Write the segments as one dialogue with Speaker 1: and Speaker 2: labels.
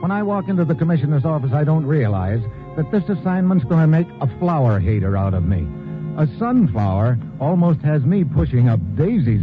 Speaker 1: when I walk into the commissioner's office, I don't realize that this assignment's going to make a flower hater out of me. A sunflower almost has me pushing up daisies.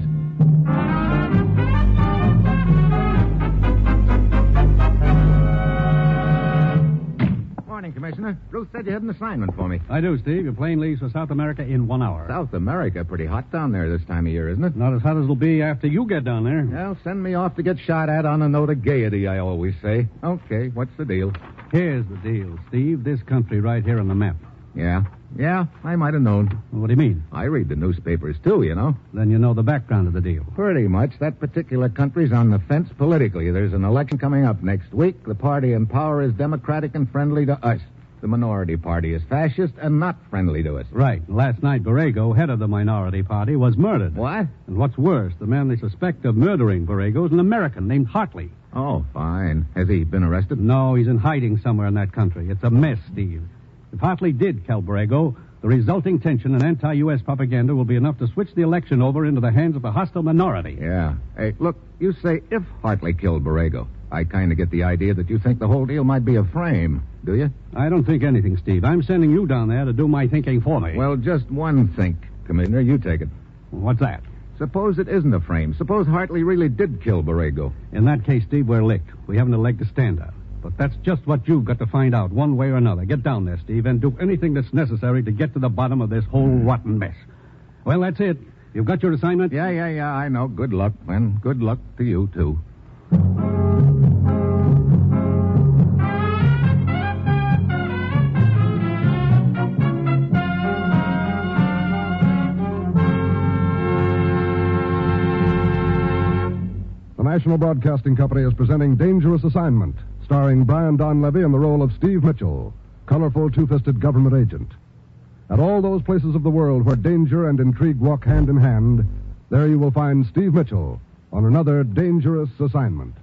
Speaker 1: Morning, Commissioner. Ruth said you had an assignment for me.
Speaker 2: I do, Steve. Your plane leaves for South America in one hour.
Speaker 1: South America, pretty hot down there this time of year, isn't it?
Speaker 2: Not as hot as it'll be after you get down there.
Speaker 1: Well, send me off to get shot at on a note of gaiety, I always say. Okay, what's the deal?
Speaker 2: Here's the deal, Steve. This country right here on the map.
Speaker 1: Yeah. Yeah, I might have known.
Speaker 2: What do you mean?
Speaker 1: I read the newspapers too, you know.
Speaker 2: Then you know the background of the deal.
Speaker 1: Pretty much. That particular country's on the fence politically. There's an election coming up next week. The party in power is democratic and friendly to us. The minority party is fascist and not friendly to us.
Speaker 2: Right. Last night, Borrego, head of the minority party, was murdered.
Speaker 1: What?
Speaker 2: And what's worse, the man they suspect of murdering Borrego is an American named Hartley.
Speaker 1: Oh, fine. Has he been arrested?
Speaker 2: No, he's in hiding somewhere in that country. It's a mess, Steve. If Hartley did kill Borrego, the resulting tension and anti U.S. propaganda will be enough to switch the election over into the hands of a hostile minority.
Speaker 1: Yeah. Hey, look, you say if Hartley killed Borrego. I kind of get the idea that you think the whole deal might be a frame, do you?
Speaker 2: I don't think anything, Steve. I'm sending you down there to do my thinking for me.
Speaker 1: Well, just one think, Commissioner. You take it.
Speaker 2: What's that?
Speaker 1: Suppose it isn't a frame. Suppose Hartley really did kill Borrego.
Speaker 2: In that case, Steve, we're licked. We haven't a leg to stand on. But that's just what you've got to find out, one way or another. Get down there, Steve, and do anything that's necessary to get to the bottom of this whole rotten mess. Well, that's it. You've got your assignment?
Speaker 1: Yeah, yeah, yeah, I know. Good luck, and good luck to you, too.
Speaker 3: The National Broadcasting Company is presenting Dangerous Assignment, starring Brian Donlevy in the role of Steve Mitchell, colorful, two fisted government agent. At all those places of the world where danger and intrigue walk hand in hand, there you will find Steve Mitchell on another Dangerous Assignment.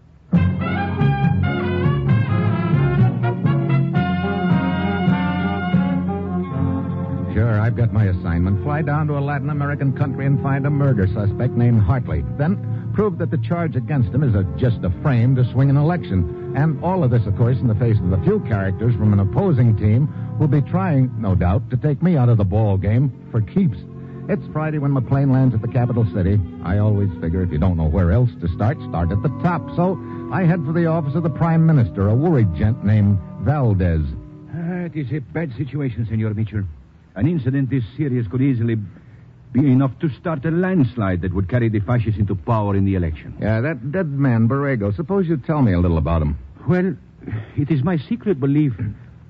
Speaker 1: Sure, I've got my assignment. Fly down to a Latin American country and find a murder suspect named Hartley. Then prove that the charge against him is a, just a frame to swing an election. And all of this, of course, in the face of the few characters from an opposing team who'll be trying, no doubt, to take me out of the ball game for keeps. It's Friday when my plane lands at the capital city. I always figure if you don't know where else to start, start at the top. So I head for the office of the Prime Minister, a worried gent named Valdez.
Speaker 4: Ah, it is a bad situation, Senor Mitchell. An incident this serious could easily be enough to start a landslide that would carry the fascists into power in the election.
Speaker 1: Yeah, that dead man, Borrego. Suppose you tell me a little about him.
Speaker 4: Well, it is my secret belief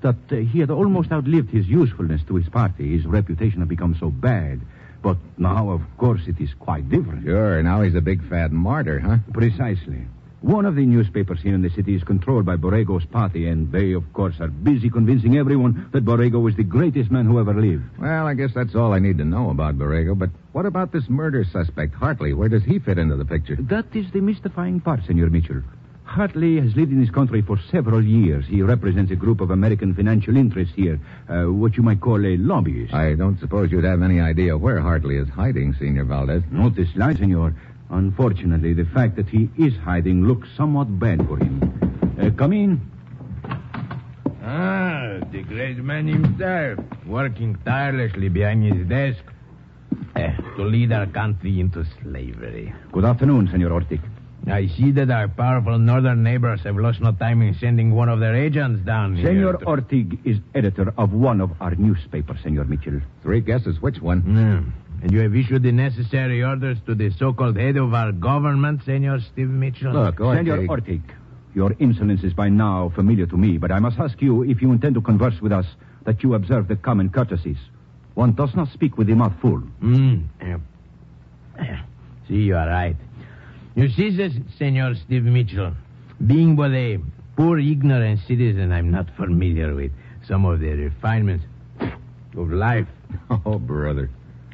Speaker 4: that uh, he had almost outlived his usefulness to his party. His reputation had become so bad. But now, of course, it is quite different.
Speaker 1: Sure, now he's a big fat martyr, huh?
Speaker 4: Precisely. One of the newspapers here in the city is controlled by Borrego's party, and they, of course, are busy convincing everyone that Borrego was the greatest man who ever lived.
Speaker 1: Well, I guess that's all I need to know about Borrego, but what about this murder suspect, Hartley? Where does he fit into the picture?
Speaker 4: That is the mystifying part, Senor Mitchell. Hartley has lived in this country for several years. He represents a group of American financial interests here, uh, what you might call a lobbyist.
Speaker 1: I don't suppose you'd have any idea where Hartley is hiding, Senor Valdez.
Speaker 4: Not this lie, senor. Unfortunately, the fact that he is hiding looks somewhat bad for him. Uh, come in.
Speaker 5: Ah, the great man himself, working tirelessly behind his desk eh, to lead our country into slavery.
Speaker 4: Good afternoon, Senor Ortig.
Speaker 5: I see that our powerful northern neighbors have lost no time in sending one of their agents down here.
Speaker 4: Senor
Speaker 5: to-
Speaker 4: Ortig is editor of one of our newspapers, Senor Mitchell.
Speaker 1: Three guesses which one?
Speaker 5: Hmm. And you have issued the necessary orders to the so-called head of our government, Senor Steve Mitchell?
Speaker 1: Look, Ortig.
Speaker 4: Senor Ortig, your insolence is by now familiar to me, but I must ask you if you intend to converse with us that you observe the common courtesies. One does not speak with the mouth full.
Speaker 5: Mm. See, you are right. You see, this, Senor Steve Mitchell, being but a poor, ignorant citizen I'm not familiar with some of the refinements of life.
Speaker 1: Oh, brother.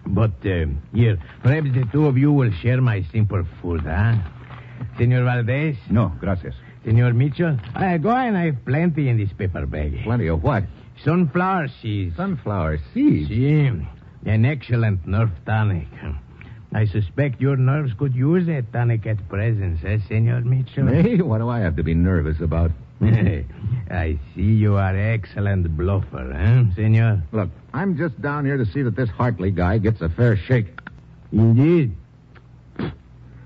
Speaker 5: But um, here, perhaps the two of you will share my simple food, huh? Senor Valdez,
Speaker 1: No, gracias.
Speaker 5: Senor Mitchell, I go and I have plenty in this paper bag.
Speaker 1: Plenty of what?
Speaker 5: Sunflower seeds.
Speaker 1: Sunflower seeds.
Speaker 5: See, an excellent nerve tonic. I suspect your nerves could use that tonic at present, eh, Senor Mitchell?
Speaker 1: Hey, what do I have to be nervous about?
Speaker 5: I see you are excellent bluffer, eh, Senor?
Speaker 1: Look, I'm just down here to see that this Hartley guy gets a fair shake.
Speaker 5: Indeed.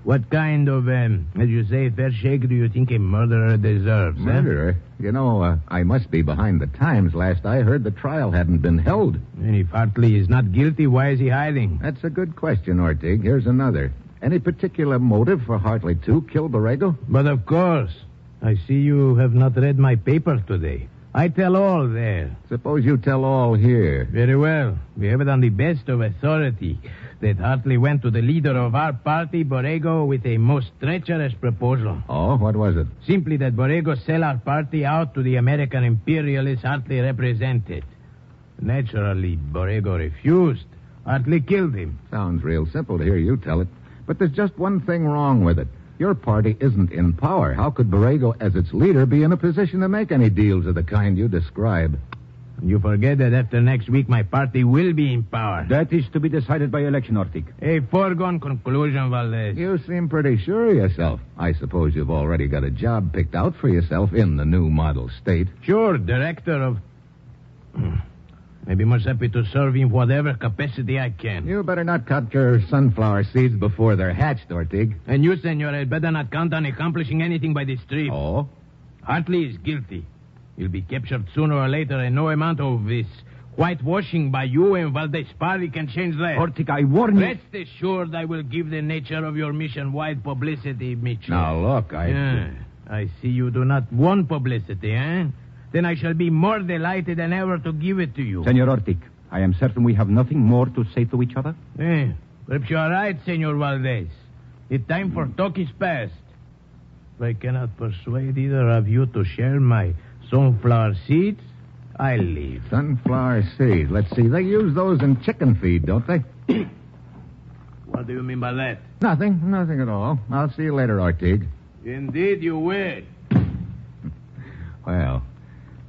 Speaker 5: What kind of, um, as you say, fair shake do you think a murderer deserves? eh?
Speaker 1: Murderer? You know, uh, I must be behind the times. Last I heard, the trial hadn't been held.
Speaker 5: And if Hartley is not guilty, why is he hiding?
Speaker 1: That's a good question, Ortig. Here's another. Any particular motive for Hartley to kill Borrego?
Speaker 5: But of course, I see you have not read my paper today. I tell all there.
Speaker 1: Suppose you tell all here.
Speaker 5: Very well. We have it on the best of authority that Hartley went to the leader of our party, Borrego, with a most treacherous proposal.
Speaker 1: Oh, what was it?
Speaker 5: Simply that Borrego sell our party out to the American imperialists Hartley represented. Naturally, Borrego refused. Hartley killed him.
Speaker 1: Sounds real simple to hear you tell it. But there's just one thing wrong with it. Your party isn't in power. How could Borrego, as its leader, be in a position to make any deals of the kind you describe?
Speaker 5: You forget that after next week, my party will be in power.
Speaker 4: That is to be decided by election, Ortig.
Speaker 5: A foregone conclusion, Valdez.
Speaker 1: You seem pretty sure of yourself. I suppose you've already got a job picked out for yourself in the new model state.
Speaker 5: Sure, director of. Maybe most happy to serve in whatever capacity I can.
Speaker 1: You better not cut your sunflower seeds before they're hatched, Ortig.
Speaker 5: And you, senor, had better not count on accomplishing anything by this trip.
Speaker 1: Oh?
Speaker 5: Hartley is guilty. He'll be captured sooner or later, and no amount of this whitewashing by you and Valdez Party can change that.
Speaker 4: Ortig, I warn you.
Speaker 5: Rest assured, I will give the nature of your mission wide publicity, Mitchell.
Speaker 1: Now, look, I.
Speaker 5: Yeah, I see you do not want publicity, eh? Then I shall be more delighted than ever to give it to you.
Speaker 4: Senor Ortig, I am certain we have nothing more to say to each other.
Speaker 5: Eh, perhaps you are right, Senor Valdez. The time for talk is past. If I cannot persuade either of you to share my sunflower seeds, I leave.
Speaker 1: Sunflower seeds. Let's see. They use those in chicken feed, don't they?
Speaker 5: What do you mean by that?
Speaker 1: Nothing. Nothing at all. I'll see you later, Ortig.
Speaker 5: Indeed, you will.
Speaker 1: Well,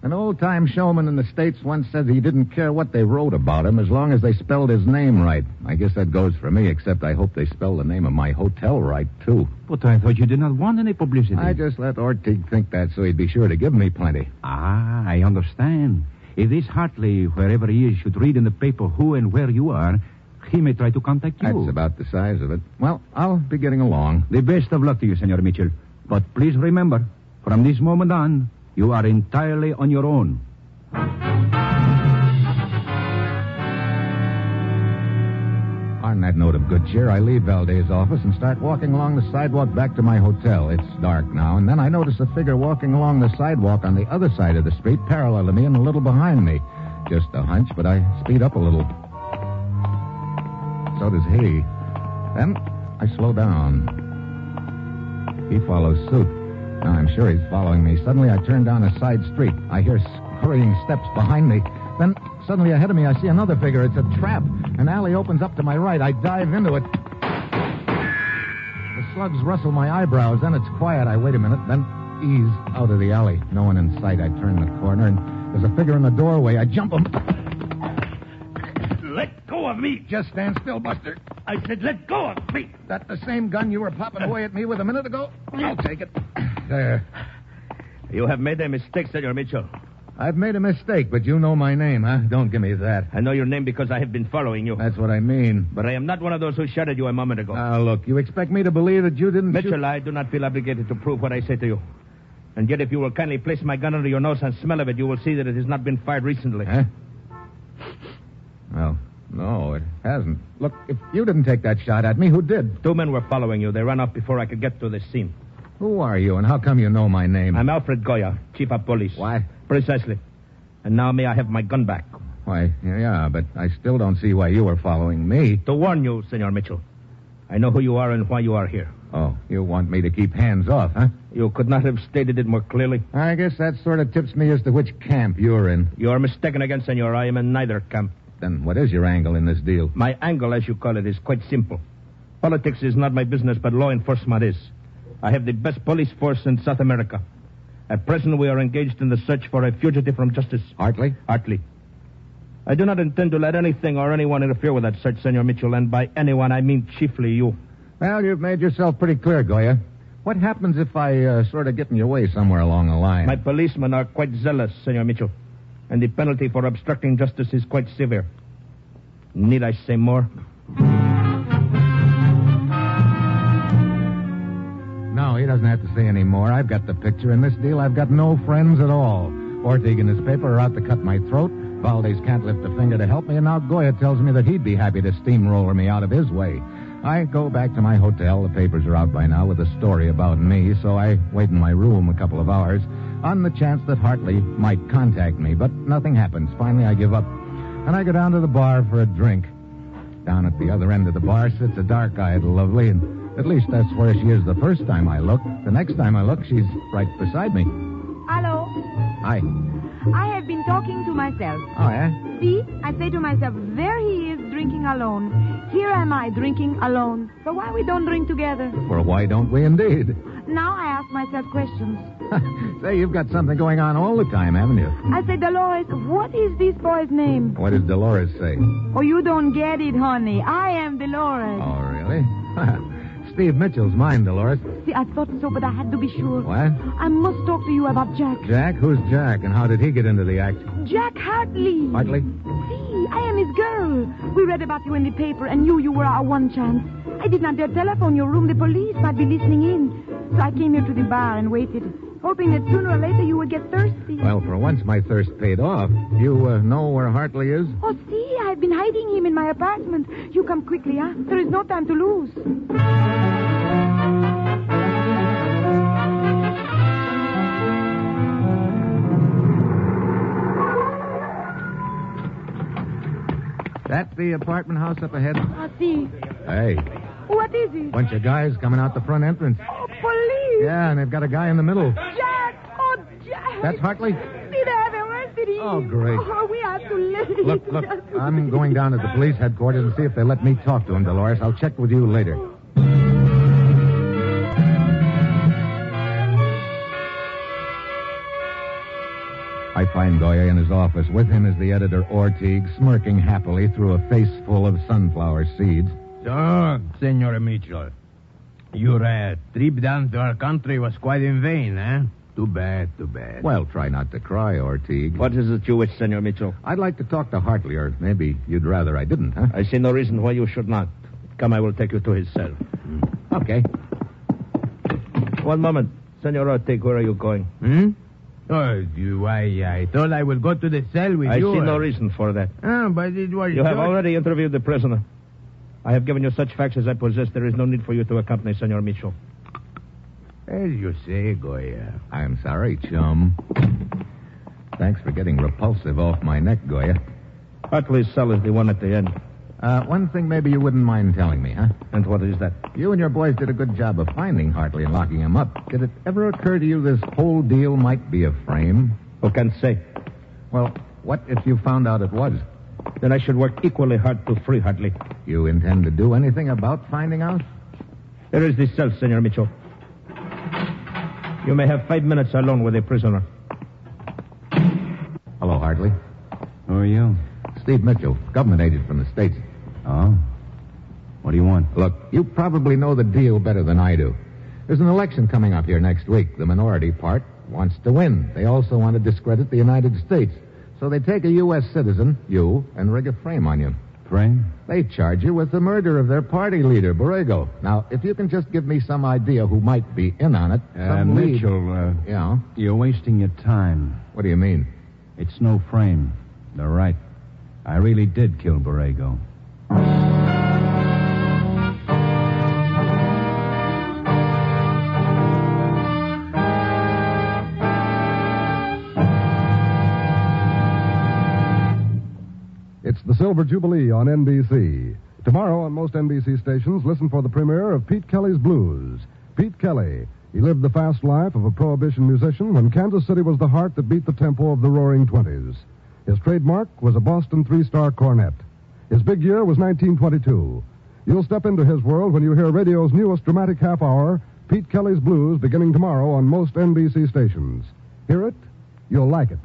Speaker 1: an old time showman in the States once said he didn't care what they wrote about him as long as they spelled his name right. I guess that goes for me, except I hope they spell the name of my hotel right, too.
Speaker 4: But I thought you did not want any publicity.
Speaker 1: I just let Ortig think that so he'd be sure to give me plenty.
Speaker 4: Ah, I understand. If this Hartley, wherever he is, should read in the paper who and where you are, he may try to contact you.
Speaker 1: That's about the size of it. Well, I'll be getting along.
Speaker 4: The best of luck to you, Senor Mitchell. But please remember, from this moment on, you are entirely on your own.
Speaker 1: On that note of good cheer, I leave Valdez's office and start walking along the sidewalk back to my hotel. It's dark now, and then I notice a figure walking along the sidewalk on the other side of the street, parallel to me and a little behind me. Just a hunch, but I speed up a little. So does he. Then I slow down. He follows suit. Now I'm sure he's following me. Suddenly I turn down a side street. I hear hurrying steps behind me. Then suddenly ahead of me I see another figure. It's a trap. An alley opens up to my right. I dive into it. The slugs rustle my eyebrows. Then it's quiet. I wait a minute. Then ease out of the alley. No one in sight. I turn the corner and there's a figure in the doorway. I jump him.
Speaker 5: Let go of me.
Speaker 1: Just stand still, Buster.
Speaker 5: I said, let go of me.
Speaker 1: That the same gun you were popping away at me with a minute ago? I'll take it. There.
Speaker 5: You have made a mistake, Senor Mitchell.
Speaker 1: I've made a mistake, but you know my name, huh? Don't give me that.
Speaker 5: I know your name because I have been following you.
Speaker 1: That's what I mean.
Speaker 5: But I am not one of those who shot at you a moment ago.
Speaker 1: Now, look, you expect me to believe that you didn't shoot-
Speaker 5: Mitchell, I do not feel obligated to prove what I say to you. And yet, if you will kindly place my gun under your nose and smell of it, you will see that it has not been fired recently.
Speaker 1: Huh? Well, no, it hasn't. Look, if you didn't take that shot at me, who did?
Speaker 5: Two men were following you. They ran off before I could get to the scene.
Speaker 1: Who are you, and how come you know my name?
Speaker 5: I'm Alfred Goya, chief of police.
Speaker 1: Why?
Speaker 5: Precisely. And now may I have my gun back?
Speaker 1: Why, yeah, but I still don't see why you were following me.
Speaker 5: To warn you, Senor Mitchell. I know who you are and why you are here.
Speaker 1: Oh, you want me to keep hands off, huh?
Speaker 6: You could not have stated it more clearly.
Speaker 1: I guess that sort of tips me as to which camp you're in.
Speaker 6: You are mistaken again, senor. I am in neither camp.
Speaker 1: Then what is your angle in this deal?
Speaker 6: My angle, as you call it, is quite simple. Politics is not my business, but law enforcement is. I have the best police force in South America. At present, we are engaged in the search for a fugitive from justice,
Speaker 1: Hartley?
Speaker 6: Hartley. I do not intend to let anything or anyone interfere with that search, Senor Mitchell, and by anyone, I mean chiefly you.
Speaker 1: Well, you've made yourself pretty clear, Goya. What happens if I uh, sort of get in your way somewhere along the line?
Speaker 6: My policemen are quite zealous, Senor Mitchell, and the penalty for obstructing justice is quite severe. Need I say more?
Speaker 1: No, he doesn't have to say any more. I've got the picture. In this deal, I've got no friends at all. Ortig and his paper are out to cut my throat. Valdez can't lift a finger to help me, and now Goya tells me that he'd be happy to steamroller me out of his way. I go back to my hotel. The papers are out by now with a story about me, so I wait in my room a couple of hours on the chance that Hartley might contact me, but nothing happens. Finally, I give up, and I go down to the bar for a drink. Down at the other end of the bar sits a dark eyed lovely, and at least that's where she is the first time I look. The next time I look, she's right beside me.
Speaker 7: Hello.
Speaker 1: Hi.
Speaker 7: I have been talking to myself.
Speaker 1: Oh, yeah?
Speaker 7: See, I say to myself, there he is drinking alone. Here am I drinking alone. But why we don't drink together?
Speaker 1: Well, why don't we indeed?
Speaker 7: Now I ask myself questions.
Speaker 1: Say, you've got something going on all the time, haven't you?
Speaker 7: I say, Dolores, what is this boy's name?
Speaker 1: What does Dolores say?
Speaker 7: Oh, you don't get it, honey. I am Dolores.
Speaker 1: Oh, really? Steve Mitchell's mine, Dolores.
Speaker 7: See, I thought so, but I had to be sure.
Speaker 1: What?
Speaker 7: I must talk to you about Jack.
Speaker 1: Jack? Who's Jack, and how did he get into the act?
Speaker 7: Jack Hartley.
Speaker 1: Hartley?
Speaker 7: See, I am his girl. We read about you in the paper and knew you were our one chance. I did not dare telephone your room. The police might be listening in. So I came here to the bar and waited, hoping that sooner or later you would get thirsty.
Speaker 1: Well, for once, my thirst paid off. You uh, know where Hartley is?
Speaker 7: Oh, see, I've been hiding him in my apartment. You come quickly, huh? There is no time to lose.
Speaker 1: That the apartment house up ahead?
Speaker 7: Oh, see.
Speaker 1: Hey,
Speaker 7: What is it?
Speaker 1: bunch of guys coming out the front entrance.
Speaker 7: Oh, police.
Speaker 1: Yeah, and they've got a guy in the middle.
Speaker 7: Jack. Oh, Jack.
Speaker 1: That's Hartley?
Speaker 7: Did I have a word to
Speaker 1: Oh, great.
Speaker 7: Oh, we have to leave.
Speaker 1: Look, uh. look,
Speaker 7: Just-
Speaker 1: I'm going down to the police headquarters and see if they let me talk to him, Dolores. I'll check with you later. I find Goya in his office. With him is the editor, Ortiz, smirking happily through a face full of sunflower seeds.
Speaker 5: So, Senor Mitchell, your uh, trip down to our country was quite in vain, eh? Too bad, too bad.
Speaker 1: Well, try not to cry, Ortiz.
Speaker 6: What is it you wish, Senor Mitchell?
Speaker 1: I'd like to talk to Hartley, or maybe you'd rather I didn't, huh?
Speaker 6: I see no reason why you should not. Come, I will take you to his cell.
Speaker 1: Okay.
Speaker 6: One moment. Senor Ortega, where are you going?
Speaker 5: Hmm? Oh, you, I, I thought I would go to the cell with
Speaker 6: I
Speaker 5: you.
Speaker 6: see no
Speaker 5: or-
Speaker 6: reason for that.
Speaker 5: Ah, but it was
Speaker 6: You have
Speaker 5: just-
Speaker 6: already interviewed the prisoner. I have given you such facts as I possess. There is no need for you to accompany Senor Mitchell.
Speaker 5: As you say, Goya.
Speaker 1: I'm sorry, chum. Thanks for getting repulsive off my neck, Goya.
Speaker 6: Hartley's cell is the one at the end.
Speaker 1: Uh, one thing maybe you wouldn't mind telling me, huh?
Speaker 6: And what is that?
Speaker 1: You and your boys did a good job of finding Hartley and locking him up. Did it ever occur to you this whole deal might be a frame?
Speaker 6: Who can say?
Speaker 1: Well, what if you found out it was?
Speaker 6: Then I should work equally hard to free Hartley.
Speaker 1: You intend to do anything about finding out?
Speaker 6: There is the cell, Senor Mitchell. You may have five minutes alone with the prisoner.
Speaker 1: Hello, Hartley.
Speaker 4: Who are you?
Speaker 1: Steve Mitchell, government agent from the States.
Speaker 4: Oh? What do you want?
Speaker 1: Look, you probably know the deal better than I do. There's an election coming up here next week. The minority part wants to win. They also want to discredit the United States. So they take a U.S. citizen, you, and rig a frame on you.
Speaker 4: Frame?
Speaker 1: They charge you with the murder of their party leader, Borrego. Now, if you can just give me some idea who might be in on it,
Speaker 4: Uh,
Speaker 1: some lead-
Speaker 4: Mitchell, uh,
Speaker 1: Yeah.
Speaker 4: you're wasting your time.
Speaker 1: What do you mean?
Speaker 4: It's no frame. They're right. I really did kill Borrego.
Speaker 3: It's the Silver Jubilee on NBC. Tomorrow on most NBC stations, listen for the premiere of Pete Kelly's Blues. Pete Kelly. He lived the fast life of a prohibition musician when Kansas City was the heart that beat the tempo of the roaring 20s. His trademark was a Boston three star cornet. His big year was 1922. You'll step into his world when you hear radio's newest dramatic half hour, Pete Kelly's Blues, beginning tomorrow on most NBC stations. Hear it, you'll like it.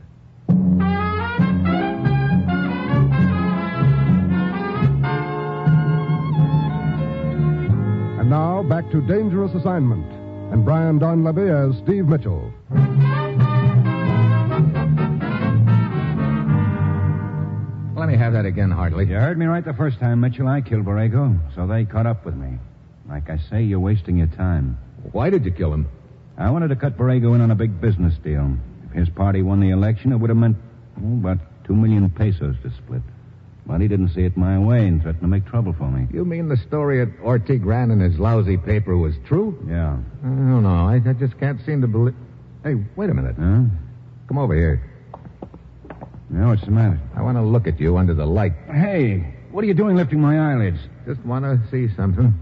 Speaker 3: And now, back to Dangerous Assignment and Brian Donlevy as Steve Mitchell.
Speaker 1: Let me have that again, Hartley.
Speaker 4: You heard me right the first time, Mitchell. I killed Borrego, so they caught up with me. Like I say, you're wasting your time.
Speaker 1: Why did you kill him?
Speaker 4: I wanted to cut Borrego in on a big business deal. If his party won the election, it would have meant oh, about two million pesos to split. But he didn't see it my way and threatened to make trouble for me.
Speaker 1: You mean the story at Ortig ran in his lousy paper was true?
Speaker 4: Yeah.
Speaker 1: I don't know. I, I just can't seem to believe. Hey, wait a minute.
Speaker 4: Huh?
Speaker 1: Come over here.
Speaker 4: Yeah, what's the matter?
Speaker 1: I want to look at you under the light.
Speaker 4: Hey, what are you doing lifting my eyelids?
Speaker 1: Just want to see something.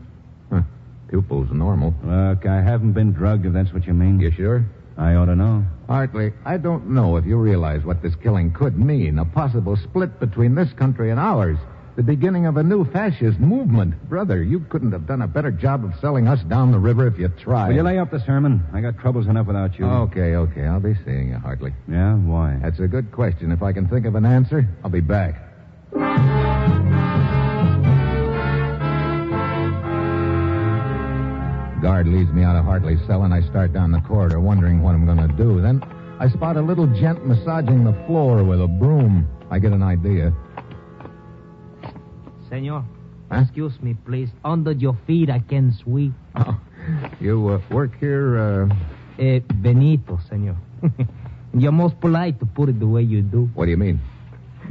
Speaker 1: Huh. Pupil's normal.
Speaker 4: Look, I haven't been drugged, if that's what you mean.
Speaker 1: You sure?
Speaker 4: I ought to know.
Speaker 1: Hartley, I don't know if you realize what this killing could mean. A possible split between this country and ours. The beginning of a new fascist movement. Brother, you couldn't have done a better job of selling us down the river if you tried.
Speaker 4: Will you lay up the sermon? I got troubles enough without you.
Speaker 1: Okay, okay. I'll be seeing you, Hartley.
Speaker 4: Yeah? Why?
Speaker 1: That's a good question. If I can think of an answer, I'll be back. Guard leads me out of Hartley's cell, and I start down the corridor wondering what I'm going to do. Then I spot a little gent massaging the floor with a broom. I get an idea.
Speaker 8: Senor,
Speaker 1: Huh?
Speaker 8: excuse me, please. Under your feet, I can sweep.
Speaker 1: Oh, you uh, work here, uh,
Speaker 8: Eh, Benito, senor. You're most polite to put it the way you do.
Speaker 1: what do you mean?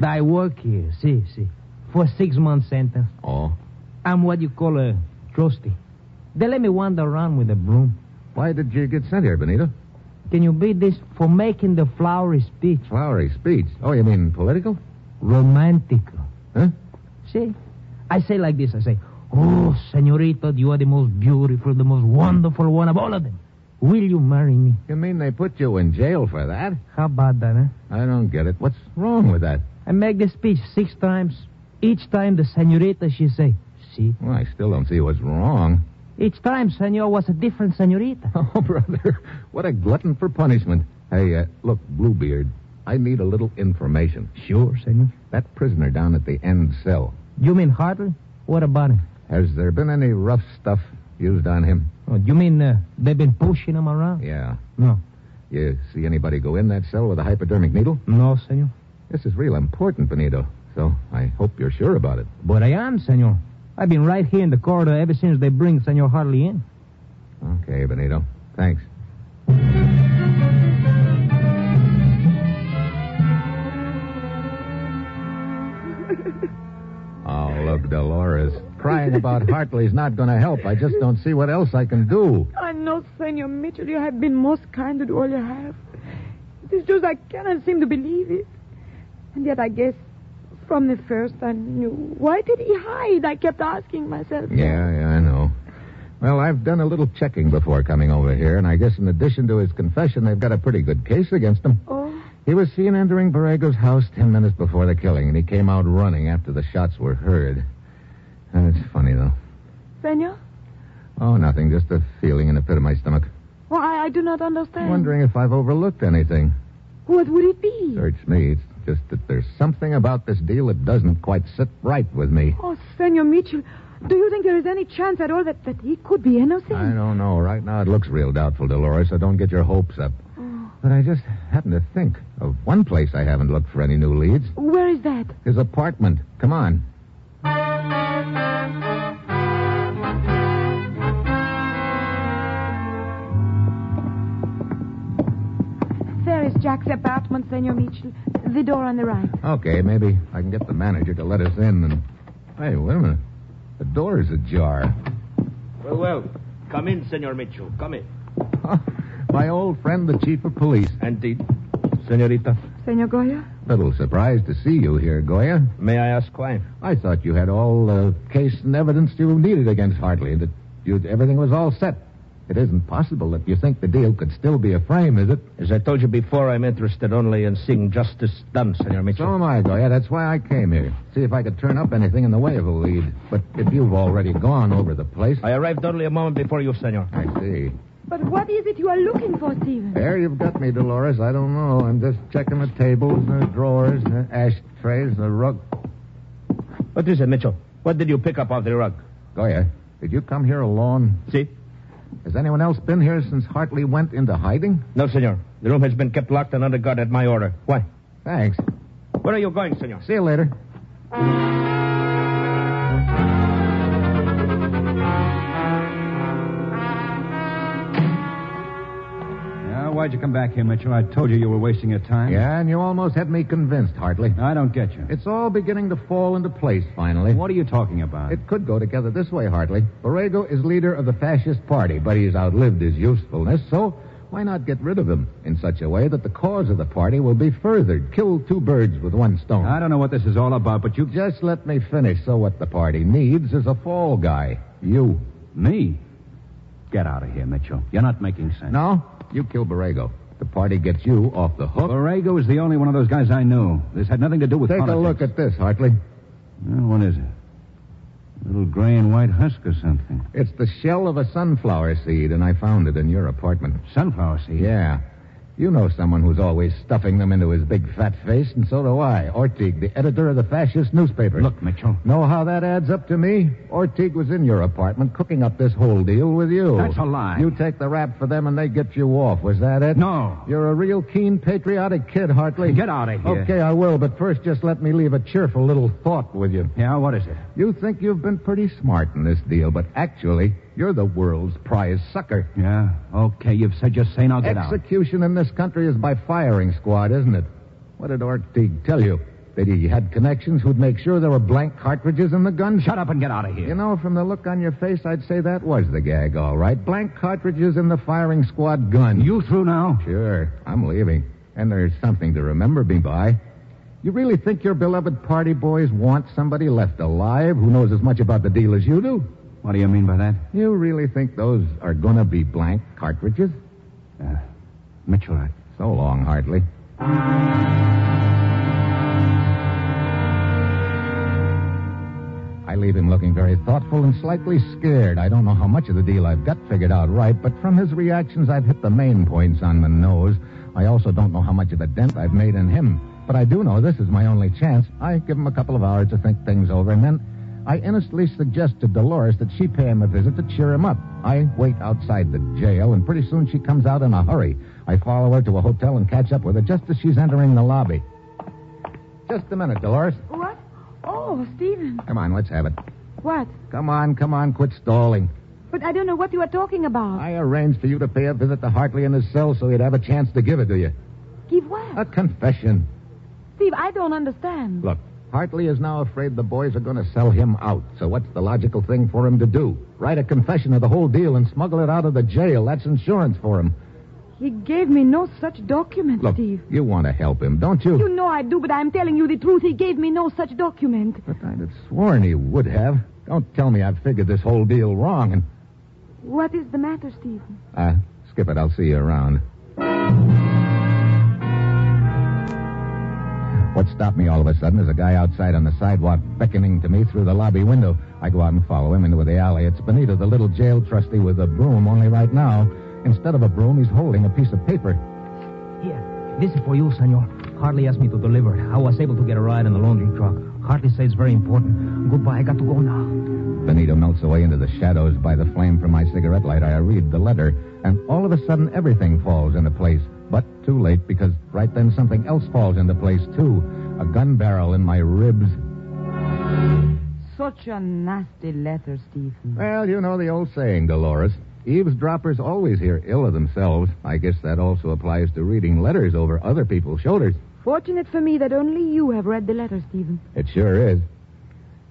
Speaker 8: I work here, see, see, for six months sentence.
Speaker 1: Oh.
Speaker 8: I'm what you call a trusty. They let me wander around with a broom.
Speaker 1: Why did you get sent here, Benito?
Speaker 8: Can you beat this for making the flowery speech?
Speaker 1: Flowery speech. Oh, you mean political?
Speaker 8: Romantical.
Speaker 1: Huh?
Speaker 8: See? I say like this, I say, Oh, senorita, you are the most beautiful, the most wonderful one of all of them. Will you marry me?
Speaker 1: You mean they put you in jail for that?
Speaker 8: How about that, huh?
Speaker 1: I don't get it. What's wrong with that?
Speaker 8: I make the speech six times. Each time the senorita, she say, see.
Speaker 1: Well, I still don't see what's wrong.
Speaker 8: Each time, senor, was a different senorita.
Speaker 1: Oh, brother, what a glutton for punishment. Hey, uh, look, Bluebeard, I need a little information.
Speaker 8: Sure, senor.
Speaker 1: That prisoner down at the end cell,
Speaker 8: You mean Hartley? What about him?
Speaker 1: has there been any rough stuff used on him?
Speaker 8: Oh, you mean uh, they've been pushing him around?
Speaker 1: Yeah.
Speaker 8: No.
Speaker 1: You see anybody go in that cell with a hypodermic needle?
Speaker 8: No, senor.
Speaker 1: This is real important, Benito. So I hope you're sure about it.
Speaker 8: But I am, senor. I've been right here in the corridor ever since they bring senor Hartley in.
Speaker 1: Okay, Benito. Thanks. Oh, look, Dolores. Crying about Hartley's not going to help. I just don't see what else I can do.
Speaker 7: I know, Senor Mitchell, you have been most kind to all you have. It is just I cannot seem to believe it. And yet I guess from the first I knew. Why did he hide? I kept asking myself.
Speaker 1: Yeah, yeah, I know. Well, I've done a little checking before coming over here, and I guess in addition to his confession, they've got a pretty good case against him.
Speaker 7: Oh,
Speaker 1: He was seen entering Borrego's house ten minutes before the killing, and he came out running after the shots were heard. Uh, It's funny, though.
Speaker 7: Senor?
Speaker 1: Oh, nothing. Just a feeling in the pit of my stomach.
Speaker 7: Why, I do not understand.
Speaker 1: Wondering if I've overlooked anything.
Speaker 7: What would it be?
Speaker 1: Search me. It's just that there's something about this deal that doesn't quite sit right with me.
Speaker 7: Oh, Senor Mitchell, do you think there is any chance at all that, that he could be innocent?
Speaker 1: I don't know. Right now it looks real doubtful, Dolores, so don't get your hopes up. But I just happen to think of one place I haven't looked for any new leads.
Speaker 7: Where is that?
Speaker 1: His apartment. Come on.
Speaker 7: There is Jack's apartment, Senor Mitchell. The door on the right.
Speaker 1: Okay, maybe I can get the manager to let us in and. Hey, wait a minute. The door is ajar.
Speaker 6: Well, well. Come in, Senor Mitchell. Come in.
Speaker 1: My old friend, the chief of police.
Speaker 6: Indeed. Senorita,
Speaker 7: Senor Goya?
Speaker 1: Little surprised to see you here, Goya.
Speaker 6: May I ask why?
Speaker 1: I thought you had all the case and evidence you needed against Hartley, that you, everything was all set. It isn't possible that you think the deal could still be a frame, is it?
Speaker 6: As I told you before, I'm interested only in seeing justice done, Senor Mitchell.
Speaker 1: So am I, Goya. That's why I came here. See if I could turn up anything in the way of a lead. But if you've already gone over the place,
Speaker 6: I arrived only a moment before you, Senor.
Speaker 1: I see.
Speaker 7: But what is it you are looking for, Stephen?
Speaker 1: There you've got me, Dolores. I don't know. I'm just checking the tables, the drawers, the ashtrays, the rug.
Speaker 6: What is it, Mitchell? What did you pick up off the rug?
Speaker 1: Goya, did you come here alone?
Speaker 6: See?
Speaker 1: Has anyone else been here since Hartley went into hiding?
Speaker 6: No, Senor. The room has been kept locked and under guard at my order. Why?
Speaker 1: Thanks.
Speaker 6: Where are you going, Senor?
Speaker 1: See you later.
Speaker 2: Yeah, why'd you come back here, Mitchell? I told you you were wasting your time.
Speaker 1: Yeah, and you almost had me convinced, Hartley.
Speaker 2: I don't get you.
Speaker 1: It's all beginning to fall into place finally.
Speaker 2: What are you talking about?
Speaker 1: It could go together this way, Hartley. Borrego is leader of the fascist party, but he's outlived his usefulness, so why not get rid of him in such a way that the cause of the party will be furthered? Kill two birds with one stone.
Speaker 2: I don't know what this is all about, but you.
Speaker 1: Just let me finish. So what the party needs is a fall guy. You.
Speaker 2: Me? Get out of here, Mitchell. You're not making sense.
Speaker 1: No, you kill Borrego. The party gets you off the hook.
Speaker 2: Borrego is the only one of those guys I know. This had nothing to do with
Speaker 1: Take
Speaker 2: politics.
Speaker 1: a look at this, Hartley.
Speaker 2: Well, what is it? A little gray and white husk or something.
Speaker 1: It's the shell of a sunflower seed, and I found it in your apartment.
Speaker 2: Sunflower seed.
Speaker 1: Yeah. You know someone who's always stuffing them into his big fat face, and so do I. Ortig, the editor of the fascist newspaper.
Speaker 2: Look, Mitchell.
Speaker 1: Know how that adds up to me? Ortig was in your apartment cooking up this whole deal with you.
Speaker 2: That's a lie.
Speaker 1: You take the rap for them and they get you off. Was that it?
Speaker 2: No.
Speaker 1: You're a real keen patriotic kid, Hartley.
Speaker 2: Get out of here.
Speaker 1: Okay, I will, but first just let me leave a cheerful little thought with you.
Speaker 2: Yeah, what is it?
Speaker 1: You think you've been pretty smart in this deal, but actually, you're the world's prize sucker.
Speaker 2: Yeah. Okay, you've said you're sane. I'll get out.
Speaker 1: Execution in this country is by firing squad, isn't it? What did Ortig tell you? That he had connections who'd make sure there were blank cartridges in the gun?
Speaker 2: Shut up and get out of here.
Speaker 1: You know, from the look on your face, I'd say that was the gag, all right. Blank cartridges in the firing squad gun.
Speaker 2: You through now?
Speaker 1: Sure, I'm leaving. And there's something to remember me by. You really think your beloved party boys want somebody left alive who knows as much about the deal as you do?
Speaker 2: What do you mean by that?
Speaker 1: You really think those are gonna be blank cartridges?
Speaker 2: Uh, Mitchell, I...
Speaker 1: So long, Hartley. I leave him looking very thoughtful and slightly scared. I don't know how much of the deal I've got figured out right, but from his reactions, I've hit the main points on the nose. I also don't know how much of a dent I've made in him, but I do know this is my only chance. I give him a couple of hours to think things over, and then I innocently suggest to Dolores that she pay him a visit to cheer him up. I wait outside the jail, and pretty soon she comes out in a hurry. I follow her to a hotel and catch up with her just as she's entering the lobby. Just a minute, Dolores.
Speaker 7: What? Oh, Stephen.
Speaker 1: Come on, let's have it.
Speaker 7: What?
Speaker 1: Come on, come on, quit stalling.
Speaker 7: But I don't know what you are talking about.
Speaker 1: I arranged for you to pay a visit to Hartley in his cell so he'd have a chance to give it to you.
Speaker 7: Give what?
Speaker 1: A confession.
Speaker 7: Steve, I don't understand.
Speaker 1: Look, Hartley is now afraid the boys are going to sell him out, so what's the logical thing for him to do? Write a confession of the whole deal and smuggle it out of the jail. That's insurance for him.
Speaker 7: He gave me no such document,
Speaker 1: Look,
Speaker 7: Steve.
Speaker 1: you want to help him, don't you?
Speaker 7: You know I do, but I'm telling you the truth. He gave me no such document.
Speaker 1: But I'd have sworn he would have. Don't tell me I've figured this whole deal wrong and.
Speaker 7: What is the matter, Stephen?
Speaker 1: Uh, skip it. I'll see you around. What stopped me all of a sudden is a guy outside on the sidewalk beckoning to me through the lobby window. I go out and follow him into the alley. It's Benito, the little jail trustee with a broom, only right now, instead of a broom, he's holding a piece of paper.
Speaker 8: Here, this is for you, senor. Hartley asked me to deliver it. I was able to get a ride in the laundry truck. Hartley says it's very important. Goodbye. I got to go now.
Speaker 1: Benito melts away into the shadows by the flame from my cigarette lighter. I read the letter, and all of a sudden everything falls into place. But too late, because right then something else falls into place, too. A gun barrel in my ribs.
Speaker 7: Such a nasty letter, Stephen.
Speaker 1: Well, you know the old saying, Dolores. Eavesdroppers always hear ill of themselves. I guess that also applies to reading letters over other people's shoulders.
Speaker 7: Fortunate for me that only you have read the letter, Stephen.
Speaker 1: It sure is.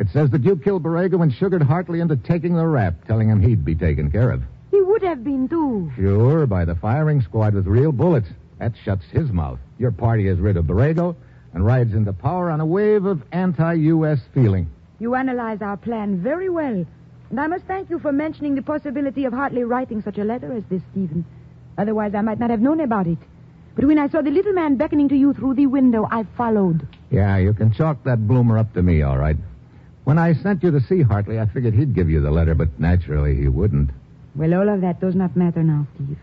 Speaker 1: It says that you killed Borrego and sugared Hartley into taking the rap, telling him he'd be taken care of.
Speaker 7: He would have been, too.
Speaker 1: Sure, by the firing squad with real bullets. That shuts his mouth. Your party is rid of Borrego, and rides into power on a wave of anti U.S. feeling.
Speaker 7: You analyze our plan very well. And I must thank you for mentioning the possibility of Hartley writing such a letter as this, Stephen. Otherwise, I might not have known about it. But when I saw the little man beckoning to you through the window, I followed.
Speaker 1: Yeah, you can chalk that bloomer up to me, all right. When I sent you to see Hartley, I figured he'd give you the letter, but naturally he wouldn't.
Speaker 7: Well, all of that does not matter now, Steve.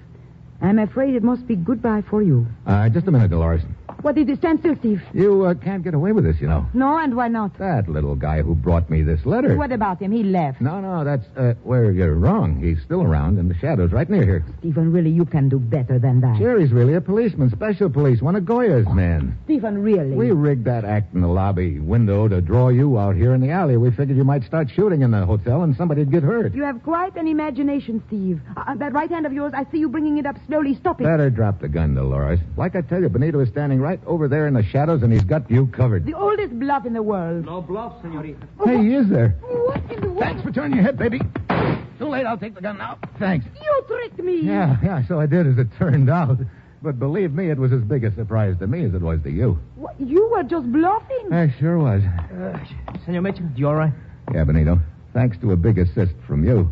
Speaker 7: I'm afraid it must be goodbye for you.
Speaker 1: Uh, just a minute, Dolores.
Speaker 7: What did you stand still, Steve?
Speaker 1: You uh, can't get away with this, you know.
Speaker 7: No, and why not?
Speaker 1: That little guy who brought me this letter.
Speaker 7: What about him? He left.
Speaker 1: No, no, that's uh, where you're wrong. He's still around in the shadows, right near here.
Speaker 7: Stephen, really, you can do better than that.
Speaker 1: Sure, he's really a policeman, special police, one of Goya's men.
Speaker 7: Stephen, really.
Speaker 1: We rigged that act in the lobby window to draw you out here in the alley. We figured you might start shooting in the hotel and somebody'd get hurt.
Speaker 7: You have quite an imagination, Steve. Uh, that right hand of yours, I see you bringing it up slowly. Stop it.
Speaker 1: Better drop the gun, Dolores. Like I tell you, Benito is standing right over there in the shadows, and he's got you covered.
Speaker 7: The oldest bluff in the world.
Speaker 9: No bluff, senorita.
Speaker 1: Hey, he is there.
Speaker 7: What in the world?
Speaker 1: Thanks for turning your head, baby. Too late. I'll take the gun now. Thanks.
Speaker 7: You tricked me.
Speaker 1: Yeah, yeah, so I did, as it turned out. But believe me, it was as big a surprise to me as it was to you.
Speaker 7: What, you were just bluffing.
Speaker 1: I sure was.
Speaker 8: Uh,
Speaker 9: Senor Mitchell, you all right?
Speaker 1: Yeah, Benito. Thanks to a big assist from you.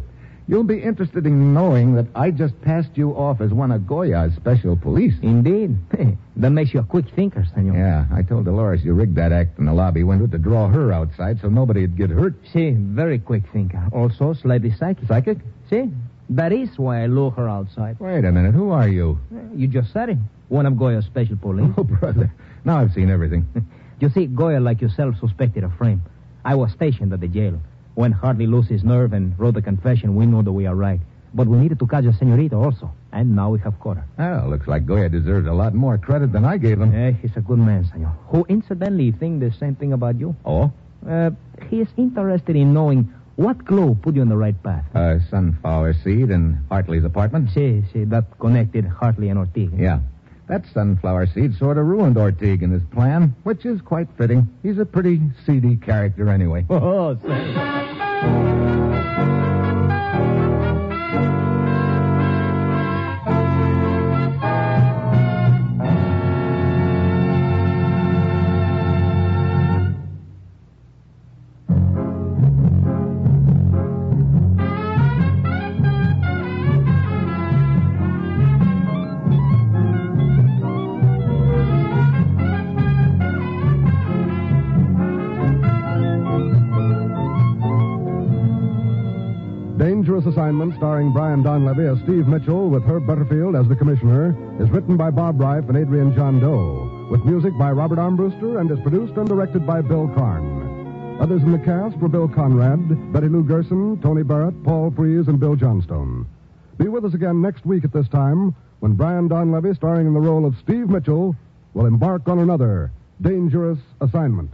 Speaker 1: You'll be interested in knowing that I just passed you off as one of Goya's special police.
Speaker 9: Indeed. that makes you a quick thinker, senor.
Speaker 1: Yeah, I told Dolores you rigged that act in the lobby window to draw her outside so nobody'd get hurt.
Speaker 9: See, very quick thinker. Also slightly psychic.
Speaker 1: Psychic?
Speaker 9: See? That is why I lure her outside. Eh,
Speaker 1: Wait a minute. Who are you?
Speaker 9: You just said it. One of Goya's special police.
Speaker 1: Oh, brother. Now I've seen everything.
Speaker 9: You see, Goya, like yourself, suspected a frame. I was stationed at the jail. When Hartley lost his nerve and wrote the confession, we know that we are right. But we needed to catch a senorita also, and now we have caught her.
Speaker 1: Well, Ah, looks like Goya deserves a lot more credit than I gave him.
Speaker 9: Eh, he's a good man, senor, who incidentally think the same thing about you.
Speaker 1: Oh?
Speaker 9: Uh, he is interested in knowing what clue put you on the right path.
Speaker 1: A sunflower Uh, seed in Hartley's apartment?
Speaker 9: See, see, that connected Hartley and Ortiz.
Speaker 1: Yeah. That sunflower seed sort of ruined Ortig in his plan, which is quite fitting. He's a pretty seedy character anyway.
Speaker 9: Oh, senor.
Speaker 3: Dangerous Assignment, starring Brian Donlevy as Steve Mitchell with Herb Butterfield as the commissioner, is written by Bob Reif and Adrian John Doe, with music by Robert Armbruster, and is produced and directed by Bill Karn. Others in the cast were Bill Conrad, Betty Lou Gerson, Tony Barrett, Paul Frees, and Bill Johnstone. Be with us again next week at this time when Brian Donlevy, starring in the role of Steve Mitchell, will embark on another Dangerous Assignment.